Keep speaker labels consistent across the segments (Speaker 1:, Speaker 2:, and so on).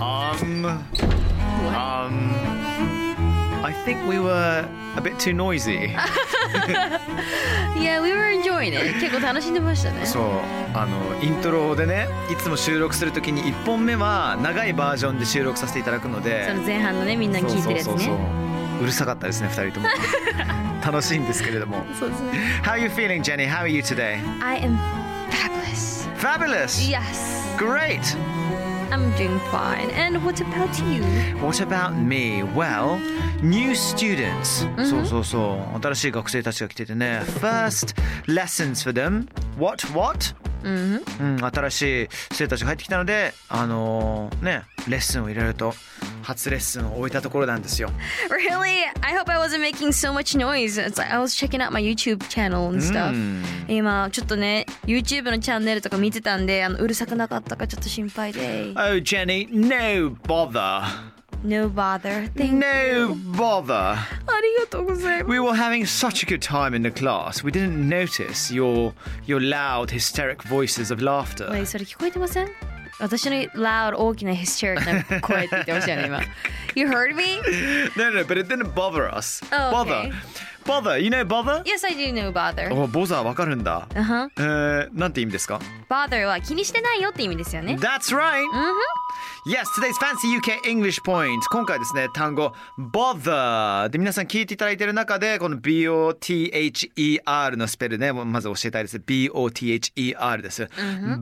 Speaker 1: Um. Um. I think we were a bit too noisy.
Speaker 2: Yeah, we were enjoying it. 結構楽しんでましたね。
Speaker 1: そうあのイントロでねいつも収録するときに1本目は長いバージョンで収録させていただくので
Speaker 2: その前半のね、みんなに聞いてるやつ
Speaker 1: そうそうそう
Speaker 2: ね。
Speaker 1: そううるさかったですね2人とも 楽しいんですけれども
Speaker 2: そうですね。
Speaker 1: How are you feeling Jenny? How are you today?
Speaker 2: I am fabulous.
Speaker 1: Fabulous!
Speaker 2: Yes,
Speaker 1: Great!
Speaker 2: I'm doing fine. And what about you?
Speaker 1: What about me? Well, new students. そうそうそう。新しい学生たちが来ててね。First lessons for them. What? What? うん、新しい生たちが入ってきたので、あのーね、レッスンをいろいろと初レッスンを終えたところなんですよ。
Speaker 2: Really? I hope I wasn't making so much noise. It's like I was checking out my YouTube channel and stuff.、今ちょっとね、YouTube のチャンネルとか見てたんで、あのうるさくなかったかちょっと心配で。
Speaker 1: Oh, Jenny, no bother.
Speaker 2: No bother. Thank you.
Speaker 1: No bother.
Speaker 2: ありがとうございます。
Speaker 1: We were having such a good time in the class. We didn't notice your your loud, hysteric voices of laughter.
Speaker 2: おいそれ聞こえてません私の loud 大きな hysteric な声って言ってましたよ ね今 You heard me?
Speaker 1: No, no, but it didn't bother us.
Speaker 2: Oh,
Speaker 1: bother.
Speaker 2: okay.
Speaker 1: Bother. You know bother?
Speaker 2: Yes, I do know bother
Speaker 1: お、ボザーわかるんだ。
Speaker 2: うはん
Speaker 1: えー、なんて意味ですか
Speaker 2: Bother は気にしてないよって意味ですよね
Speaker 1: ?That's right!
Speaker 2: うんふん
Speaker 1: Yes, today's fancy UK English point. 今回ですね、単語 bother で皆さん聞いていただいている中で、この B-O-T-H-E-R E のスペルね、まず教えたいです。B-O-T-H-E-R E です。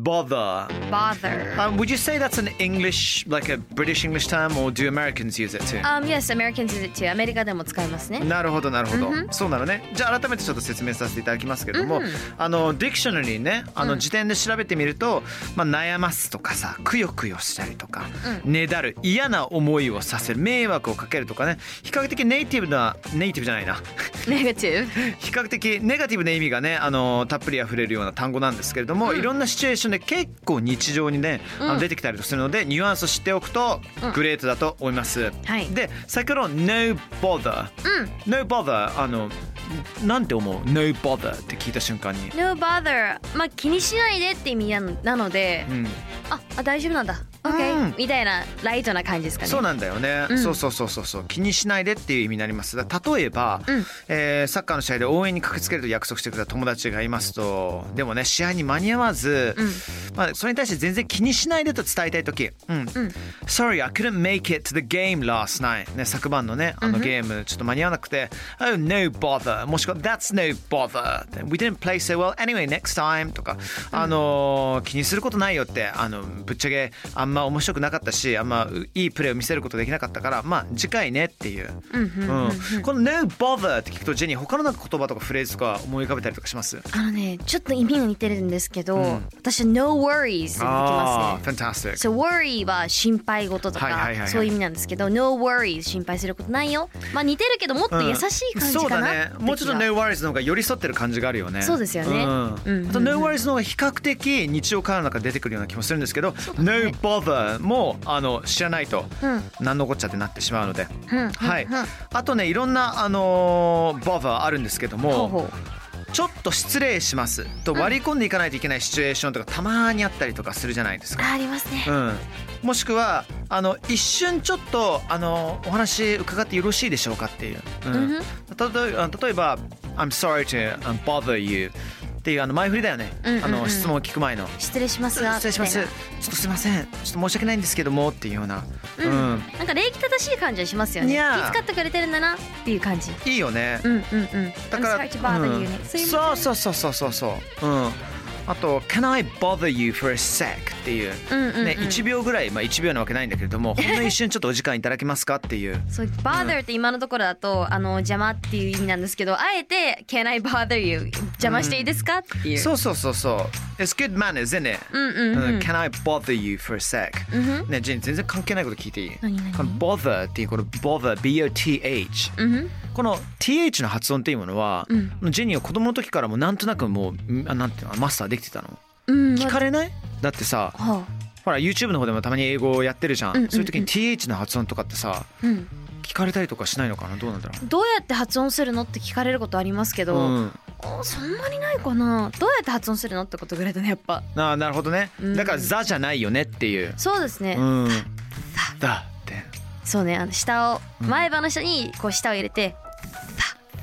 Speaker 1: bother.
Speaker 2: Bother
Speaker 1: Um, would you say that's an English, like a British English term, or do Americans use it too?
Speaker 2: Um, yes, Americans use it too アメリカでも使いますね
Speaker 1: なるほどなるほど、そうなのねじゃあ改めてちょっと説明させていただきますけども、あのディクショナリーねあの辞典で調べてみると、まあ、悩ますとかさくよくよしたりとか、ねだる嫌な思いをさせる迷惑をかけるとかね比較的ネイティブなネイティブじゃないな
Speaker 2: Negative
Speaker 1: 比較的ネガティブな意味がねあのたっぷり溢れるような単語なんですけれども、いろんなシチュエーションで結構日常にね、あの出てきたりするのでニュアンスを知っておくとグレートだと思います。
Speaker 2: はい
Speaker 1: で先ほどの No bother、No bother あのなんて思う No bother って聞いた瞬間に、
Speaker 2: No bother まあ気にしないでって意味ななので
Speaker 1: うん、
Speaker 2: ああ大丈夫なんだ
Speaker 1: うん
Speaker 2: OK みたいなライトな感じですかね
Speaker 1: そうなんだよね、
Speaker 2: ん
Speaker 1: そうそうそうそうそう気にしないでっていう意味になりますだ例えば、
Speaker 2: うん
Speaker 1: えーサッカーの試合で応援に駆けつけると約束してくれた友達がいますとでもね試合に間に合わず、
Speaker 2: うん
Speaker 1: まあ、それに対して全然気にしないでと伝えたい時「うん Sorry I couldn't make it to the game last night」ね、昨晩のねあのゲームちょっと間に合わなくて「Oh no bother」もしくは「That's no bother」「We didn't play so well anyway next time」とか、あのー気にすることないよってあのぶっちゃけあんま面白くなかったしあんまういいプレーを見せることできなかったからまあ次回ねっていう、うんこの「no bother」って聞くとジェニー他のなんか言葉とかフレーズとか思い浮かべたりとかします
Speaker 2: あのねちょっと意味が似てるんですけど、
Speaker 1: ん
Speaker 2: 私は No worries できますね
Speaker 1: あー fantastic
Speaker 2: So worry は心配事とか、
Speaker 1: はいはいはいはい
Speaker 2: そういう意味なんですけど No worries 心配することないよまあ似てるけどもっと優しい感じ
Speaker 1: そう
Speaker 2: か
Speaker 1: だ
Speaker 2: な、
Speaker 1: ねもうちょっと No Worries の方が寄り添ってる感じがあるよね
Speaker 2: そうですよね
Speaker 1: う
Speaker 2: うんん
Speaker 1: あと No Worries の方が比較的日常会話の中で出てくるような気もするんですけど No Bother もあの知らないと
Speaker 2: うん
Speaker 1: 何のこっちゃってなってしまうので
Speaker 2: うん
Speaker 1: はい
Speaker 2: うんうん
Speaker 1: あとねいろんなあのー Bother あるんですけど
Speaker 2: ほう
Speaker 1: も
Speaker 2: ほう
Speaker 1: ちょっと失礼しますと割り込んでいかないといけないシチュエーションとかたまにあったりとかするじゃないですか
Speaker 2: あありますね
Speaker 1: うん、もしくはあの一瞬ちょっとあのお話伺ってよろしいでしょうかっていう、うん
Speaker 2: うんふん
Speaker 1: たとえあ例えば「I'm sorry to um, bother you」っていうあの前振りだよね、
Speaker 2: うんうんうん
Speaker 1: あの質問を聞く前の
Speaker 2: 失礼しますが
Speaker 1: 失礼しますちょ
Speaker 2: み
Speaker 1: っとすいませんちょっと申し訳ないんですけどもっていうような
Speaker 2: たいなうん、なんか礼儀正しい感じはしますよね
Speaker 1: い
Speaker 2: 気
Speaker 1: や
Speaker 2: 遣ってくれてるんだなっていう感じ
Speaker 1: いいよね、
Speaker 2: うんうんうん
Speaker 1: だから
Speaker 2: I'm sorry to bother you ね
Speaker 1: うん
Speaker 2: すいません
Speaker 1: そうそうそうそうそうそううんあと「Can I bother you for a sec?」っていう,、
Speaker 2: うんうんうん
Speaker 1: ね、1秒ぐらい、まあ、1秒なわけないんだけれどもほんの一瞬ちょっとお時間いただけますかっていう
Speaker 2: そう bother って今のところだとあの邪魔っていう意味なんですけどあえて can I bother you 邪魔していいですかっていう
Speaker 1: そうそうそうそう It's good manners isn't it?
Speaker 2: うんうん
Speaker 1: う
Speaker 2: うんん
Speaker 1: Can I bother you for a sec?、
Speaker 2: うん
Speaker 1: ねジェニー全然関係ないこと聞いていい
Speaker 2: 何何
Speaker 1: この bother っていうこの bother B-O-T-H、
Speaker 2: うんうん
Speaker 1: この TH の発音っていうものは、ジェニーは子供の時からもうなんとなくもうあなんていうのマスターできてたの
Speaker 2: うん
Speaker 1: 聞かれないだってさ
Speaker 2: は
Speaker 1: ほら YouTube の方でもたまに英語をやってるじゃん,、
Speaker 2: うんうんうん
Speaker 1: そういう時に TH の発音とかってさ
Speaker 2: あうん
Speaker 1: 聞かれたりとかしないのかなどうなんだろう
Speaker 2: どうやって発音するのって聞かれることありますけど、
Speaker 1: うん、
Speaker 2: おそんなにないかなどうやって発音するのってことぐらいだねやっぱ
Speaker 1: あーなるほどね、
Speaker 2: うん
Speaker 1: だから「ザ」じゃないよねっていう
Speaker 2: そうですね、
Speaker 1: うんだって
Speaker 2: そうねあの下を
Speaker 1: うん
Speaker 2: 前歯の下にこう舌を入れて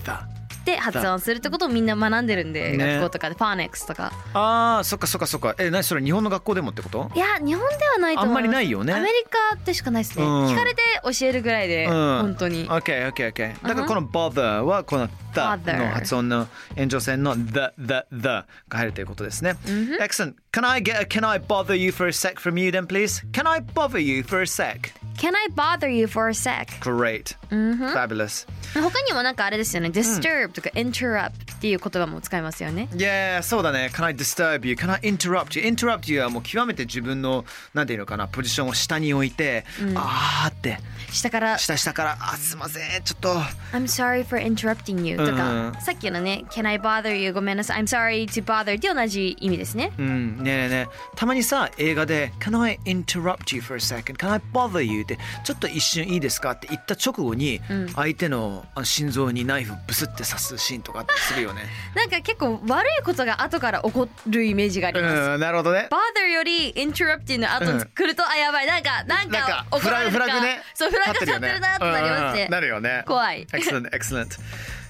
Speaker 1: だ
Speaker 2: で発音するってことをみんな学んでるんで、
Speaker 1: ね
Speaker 2: 学校とかでファーネックスとか
Speaker 1: あーそっかそっかそっかえ何それ日本の学校でもってこと
Speaker 2: いや日本ではないと
Speaker 1: あ
Speaker 2: 思
Speaker 1: んま
Speaker 2: いま
Speaker 1: すりないよね
Speaker 2: アメリカでしかないですね、
Speaker 1: うん
Speaker 2: 聞かれて教えるぐらいで、
Speaker 1: うん
Speaker 2: 本当に
Speaker 1: OKOKOK、OK OK OK だから
Speaker 2: うん
Speaker 1: この「bother」はこの「the」
Speaker 2: Bother
Speaker 1: の発音の延長線の「the the the」が入るということですね、Excellent Can I get a Can I bother you for a sec from you then please Can I bother you for a sec
Speaker 2: Can I bother you for a sec?
Speaker 1: Great、Fabulous
Speaker 2: 他にもなんかあれですよね disturb とか interrupt っていう言葉も使いますよね
Speaker 1: Yeah そうだね Can I disturb you Can I interrupt you Interrupt you はもう極めて自分のなんていうのかなポジションを下に置いて、あーって
Speaker 2: 下から
Speaker 1: 下下からあすいませんちょっと
Speaker 2: I'm sorry for interrupting you と
Speaker 1: うん
Speaker 2: か、
Speaker 1: うん
Speaker 2: さっきのね Can I bother you ごめんなさい I'm sorry to bother って同じ意味ですね
Speaker 1: うん、ねえねえねえたまにさ映画で「Can I interrupt you for a second? Can I bother you?」ってちょっと一瞬いいですかって言った直後に、相手のあの心臓にナイフブスって刺すシーンとかあったりするよね。
Speaker 2: なんか結構悪いことが後から起こるイメージがあります、
Speaker 1: うんなるほどね。
Speaker 2: bother より interrupting の後に来ると、あやばいなんかな
Speaker 1: なん
Speaker 2: んか
Speaker 1: か
Speaker 2: 怒
Speaker 1: フ
Speaker 2: ら
Speaker 1: ラ
Speaker 2: れ
Speaker 1: グ
Speaker 2: る
Speaker 1: フ
Speaker 2: か
Speaker 1: ラグね
Speaker 2: そうフラグ立って
Speaker 1: よ
Speaker 2: るなってなりますね
Speaker 1: うんなるよね。
Speaker 2: 怖い
Speaker 1: Excellent, excellent.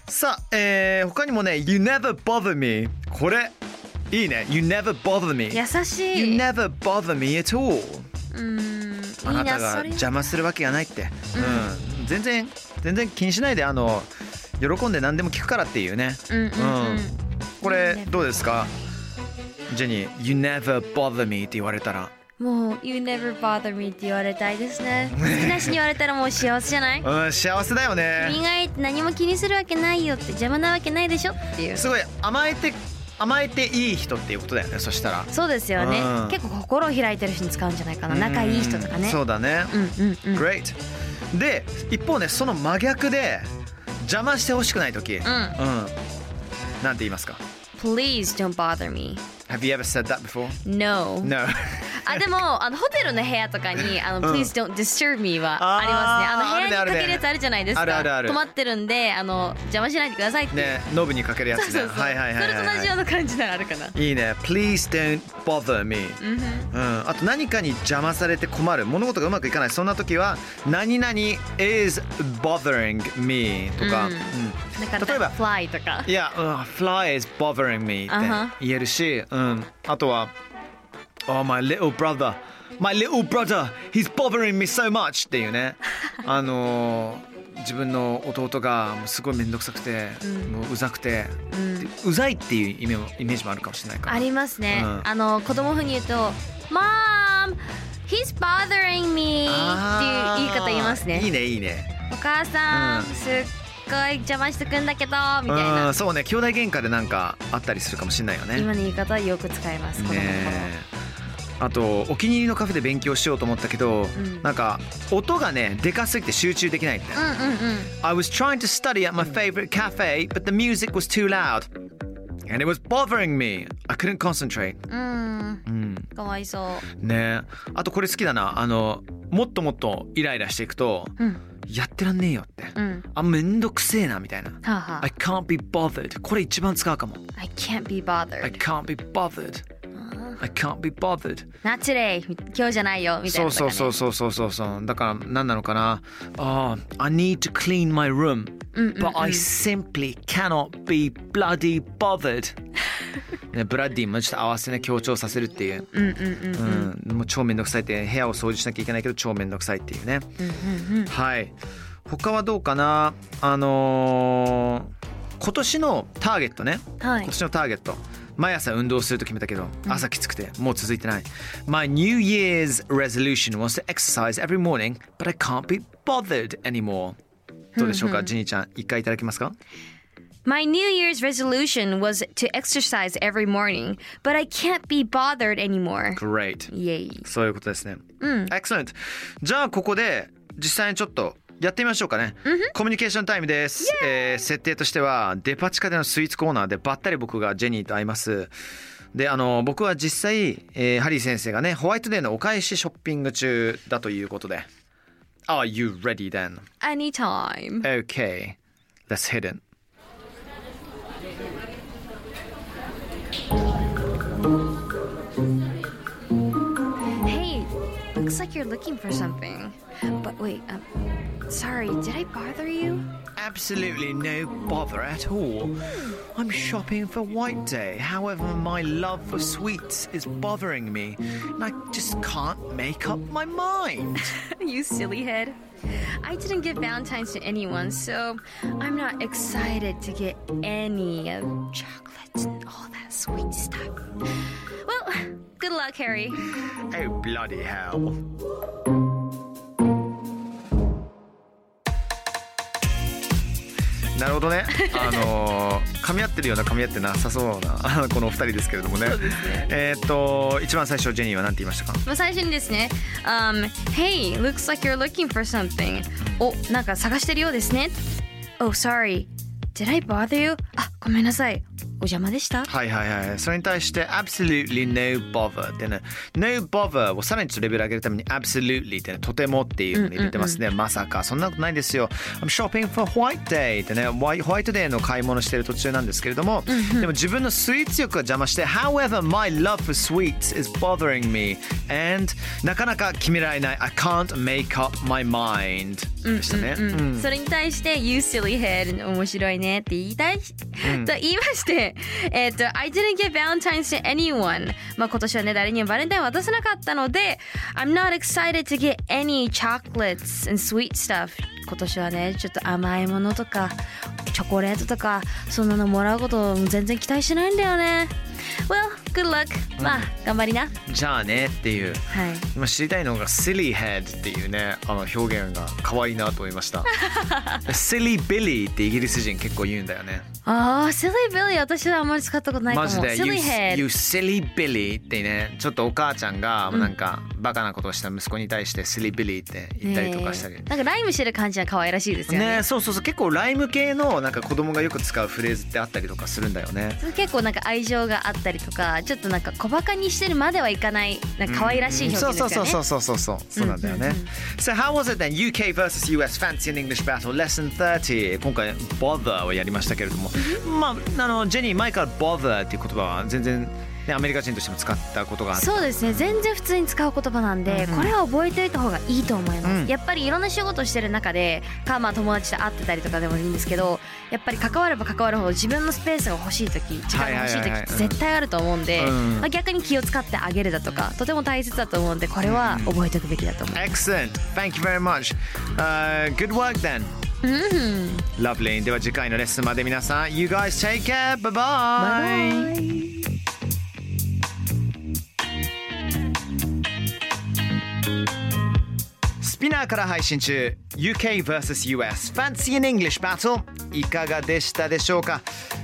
Speaker 1: さあ、えー、他にもね「You never bother me」これいいね「You never bother me」
Speaker 2: 優し
Speaker 1: You
Speaker 2: い
Speaker 1: never bother me at all
Speaker 2: うー
Speaker 1: あ
Speaker 2: んいい
Speaker 1: なた
Speaker 2: な
Speaker 1: が
Speaker 2: それ
Speaker 1: 邪魔するわけがないって、うん全然全然気にしないであの喜んで何でも聞くからっていうね、
Speaker 2: うんうんうん、
Speaker 1: うんこれ
Speaker 2: You never-
Speaker 1: どうですかジェニー「You never bother me」って言われたら
Speaker 2: もう「You never bother me」って言われたいで すね好きな人に言われたらもう幸せじゃない
Speaker 1: うん幸せだよ
Speaker 2: 君
Speaker 1: ね
Speaker 2: がいて何も気にするわけないよって邪魔なわけないでしょっていう
Speaker 1: すごい甘えて甘えていい人っていうことだよねそしたら
Speaker 2: そうですよね
Speaker 1: うん
Speaker 2: 結構心を開いてる人に使うんじゃないかな仲いい人とか
Speaker 1: うん
Speaker 2: ね
Speaker 1: そうだね、
Speaker 2: うんうんうん
Speaker 1: Great で一方ねその真逆で邪魔してほしくない時、うんなんて言いますか
Speaker 2: Please don't bother me
Speaker 1: Have you ever said that before?
Speaker 2: No
Speaker 1: No
Speaker 2: あでもあのホテルの部屋とかにあの、
Speaker 1: うん
Speaker 2: Please don't disturb me は
Speaker 1: あー
Speaker 2: ありますねあの部屋
Speaker 1: あ
Speaker 2: に
Speaker 1: るねあるね
Speaker 2: かけるやつあるじゃないですか
Speaker 1: あるあるある
Speaker 2: 止まってるんであの邪魔しないでくださいっていう、
Speaker 1: ねノブにかけるや
Speaker 2: そう
Speaker 1: つ
Speaker 2: そう
Speaker 1: ね
Speaker 2: そう、
Speaker 1: はいはいはいはい、
Speaker 2: それと同じような感じならあるかな、
Speaker 1: いいね Please don't bother me、
Speaker 2: うんふん
Speaker 1: うん、あと何かに邪魔されて困る物事がうまくいかないそんな時は何々 is bothering me とか、
Speaker 2: うん
Speaker 1: うん
Speaker 2: なんか
Speaker 1: 例えば
Speaker 2: fly とか
Speaker 1: いや、うん、fly is bothering me
Speaker 2: あ
Speaker 1: っ
Speaker 2: は
Speaker 1: て言えるし、うん、あとは Oh my little brother my little brother he's bothering me so much っていう ねあのー自分の弟がもうすごい面倒くさくて、もううざくて、うざいっていうイメもイメージもあるかもしれないから
Speaker 2: ありますね、
Speaker 1: うん
Speaker 2: あの子供風に言うと Mom he's bothering me っていう
Speaker 1: あー
Speaker 2: 言い方言いますね
Speaker 1: いいねいいね
Speaker 2: お母さん、
Speaker 1: うん
Speaker 2: すっごい邪魔してくんだけどみたいな、
Speaker 1: うんそうね兄弟喧嘩でなんかあったりするかもしれないよね
Speaker 2: 今の言い方はよく使います子供の頃、
Speaker 1: ねあとお気に入りのカフェで勉強しようと思ったけど、
Speaker 2: ん
Speaker 1: なんか音がねでかすぎて集中できないみたいな
Speaker 2: うんうんうん
Speaker 1: I was trying to study at my favorite cafe but the music was too loud and it was bothering me I couldn't concentrate
Speaker 2: うーん、
Speaker 1: ん
Speaker 2: かわいそう。
Speaker 1: ねあとこれ好きだなあのもっともっとイライラしていくと、
Speaker 2: うん、
Speaker 1: やってらんねえよって、
Speaker 2: うん、
Speaker 1: あめんどくせえなみたいな
Speaker 2: はあ、は
Speaker 1: I can't be bothered これ一番使うかも
Speaker 2: あ、I can't be
Speaker 1: I
Speaker 2: bothered.
Speaker 1: can't be bothered I can't be bothered
Speaker 2: Not today. 今日じゃないよみたい
Speaker 1: そ
Speaker 2: な
Speaker 1: う
Speaker 2: とか、
Speaker 1: そう
Speaker 2: ね。
Speaker 1: そうそうそうそうそうだから何なのかなああ I need to clean my room
Speaker 2: うんうんうん
Speaker 1: but I simply cannot be bloody bothered ね、ブラッディもちょっと合わせね強調させるっていう,、うんもう超めんどくさいって部屋を掃除しなきゃいけないけど超めんどくさいっていうね、はい他はどうかなあのー今年のターゲットね、
Speaker 2: はい
Speaker 1: 今年のターゲット毎朝運動すると決めたけど朝きつくてもう続いてない、My New Year's resolution was to exercise every morning but I can't be bothered anymore どうでしょうか、ジニーちゃん一回いただけますか
Speaker 2: My New Year's resolution was to exercise every morning, but I can't be bothered anymore.
Speaker 1: Great
Speaker 2: イエイ。
Speaker 1: そういうことですね。うん。Excellent。じゃあここで実際にちょっとやってみましょうかね。コミュニケーションタイムです。えー設定としてはデパ地下でのスイーツコーナーでばったり僕がジェニーと会います。であの僕は実際、えーハリー先生がねホワイトデーのお返しショッピング中だということで。Are you ready then?
Speaker 2: Anytime.
Speaker 1: Okay. Let's hit it.
Speaker 2: Hey, looks like you're looking for something. But wait, um, sorry, did I bother you?
Speaker 1: Absolutely no bother at all. I'm shopping for White Day. However, my love for sweets is bothering me, and I just can't make up my mind.
Speaker 2: you silly head. I didn't give Valentine's to anyone, so I'm not excited to get any of chocolates and all that sweet stuff. Well, good luck, Harry.
Speaker 1: oh, bloody hell. なるほど ね、あのー噛み合ってるような噛み合ってなさそうなあのこのお二人ですけれどもねえーっと一番最初ジェニーは何て言いましたか
Speaker 2: まあ最初にですね、um, Hey, looks like you're looking for something. お、なんか探してるようですね。Oh, sorry. Did I bother you? あ、ごめんなさい。お邪魔でした。
Speaker 1: はいはいはい。それに対して absolutely no bother ってね、no bother をさらにちょっとレベル上げるために absolutely ってね、とてもっていうふうに入れてますね。まさか、そんなことないですよ。I'm shopping for white day ってね、ホワイホワイトデーの買い物してる途中なんですけれども、でも自分のスイーツ欲が邪魔して、however my love for sweets is bothering me and なかなか決められない I can't make up my mind でしたね。うん
Speaker 2: それに対して「You silly head 面白いね」って言いたい、と言いましてえっ、と「I didn't get Valentine's to anyone」まあ今年はね誰にもバレンタイン渡せなかったので「I'm not excited to get any chocolates and sweet stuff」今年はねちょっと甘いものとかチョコレートとかそんなのもらうことを全然期待してないんだよね Well good luck まあ頑張りなはい
Speaker 1: じゃあねっていう。今知りたいのが silly head っていうねあの表現が可愛いなと思いま した silly billy ってイギリス人結構言うんだよね
Speaker 2: ああ Silly Billy 私はあんまり使ったことないかも
Speaker 1: マジで you,
Speaker 2: Silly head
Speaker 1: you silly billy ってねちょっとお母ちゃんがなんかバカなことをした息子に対して silly billy って言ったりとかしたり、
Speaker 2: えーなんかライムしてる感じが可愛らしいですよね
Speaker 1: ねそうそうそう結構ライム系のなんか子供がよく使うフレーズってあったりとかするんだよね
Speaker 2: 結構なんか愛情があったりとかちょっとなんか小バカにしてるまではいかないなんか可愛らしい表現ですよね、
Speaker 1: そうそうそうそうそうそうそうなんだよね、So how was it then? UK versus US Fancy and English Battle Lesson 30今回 Bother をやりましたけれどもまああのジェニー前から Bother っていう言葉は全然ねアメリカ人としても使ったことがあって
Speaker 2: そうですね全然普通に使う言葉なんで、これは覚えておいた方がいいと思います、
Speaker 1: うん
Speaker 2: やっぱりいろんな仕事をしてる中でかまあ友達と会ってたりとかでもいいんですけどやっぱり関われば関わるほど自分のスペースが欲しい時時間が欲しい時
Speaker 1: はいはいはいは
Speaker 2: っ
Speaker 1: い
Speaker 2: て絶対あると思うんで、
Speaker 1: うん
Speaker 2: まあ、逆に気を使ってあげるだとかとても大切だと思うんでこれは覚えておくべきだと思う
Speaker 1: Excellent Thank you very much、uh, Good work then Lovely では次回のレッスンまで皆さん You guys take care Bye bye, bye, bye. Spinner から配信中 UK vs.US Fancy in English Battle いかがでしたでしょうか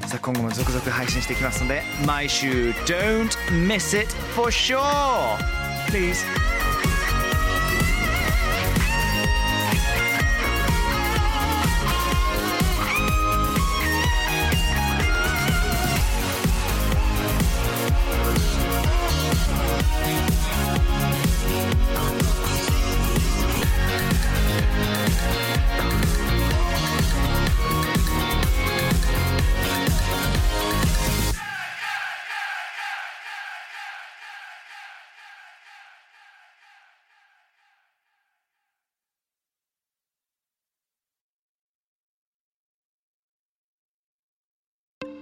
Speaker 1: さあ今後も続々配信していきますので毎週 Don't miss it for sure Please
Speaker 3: Yes.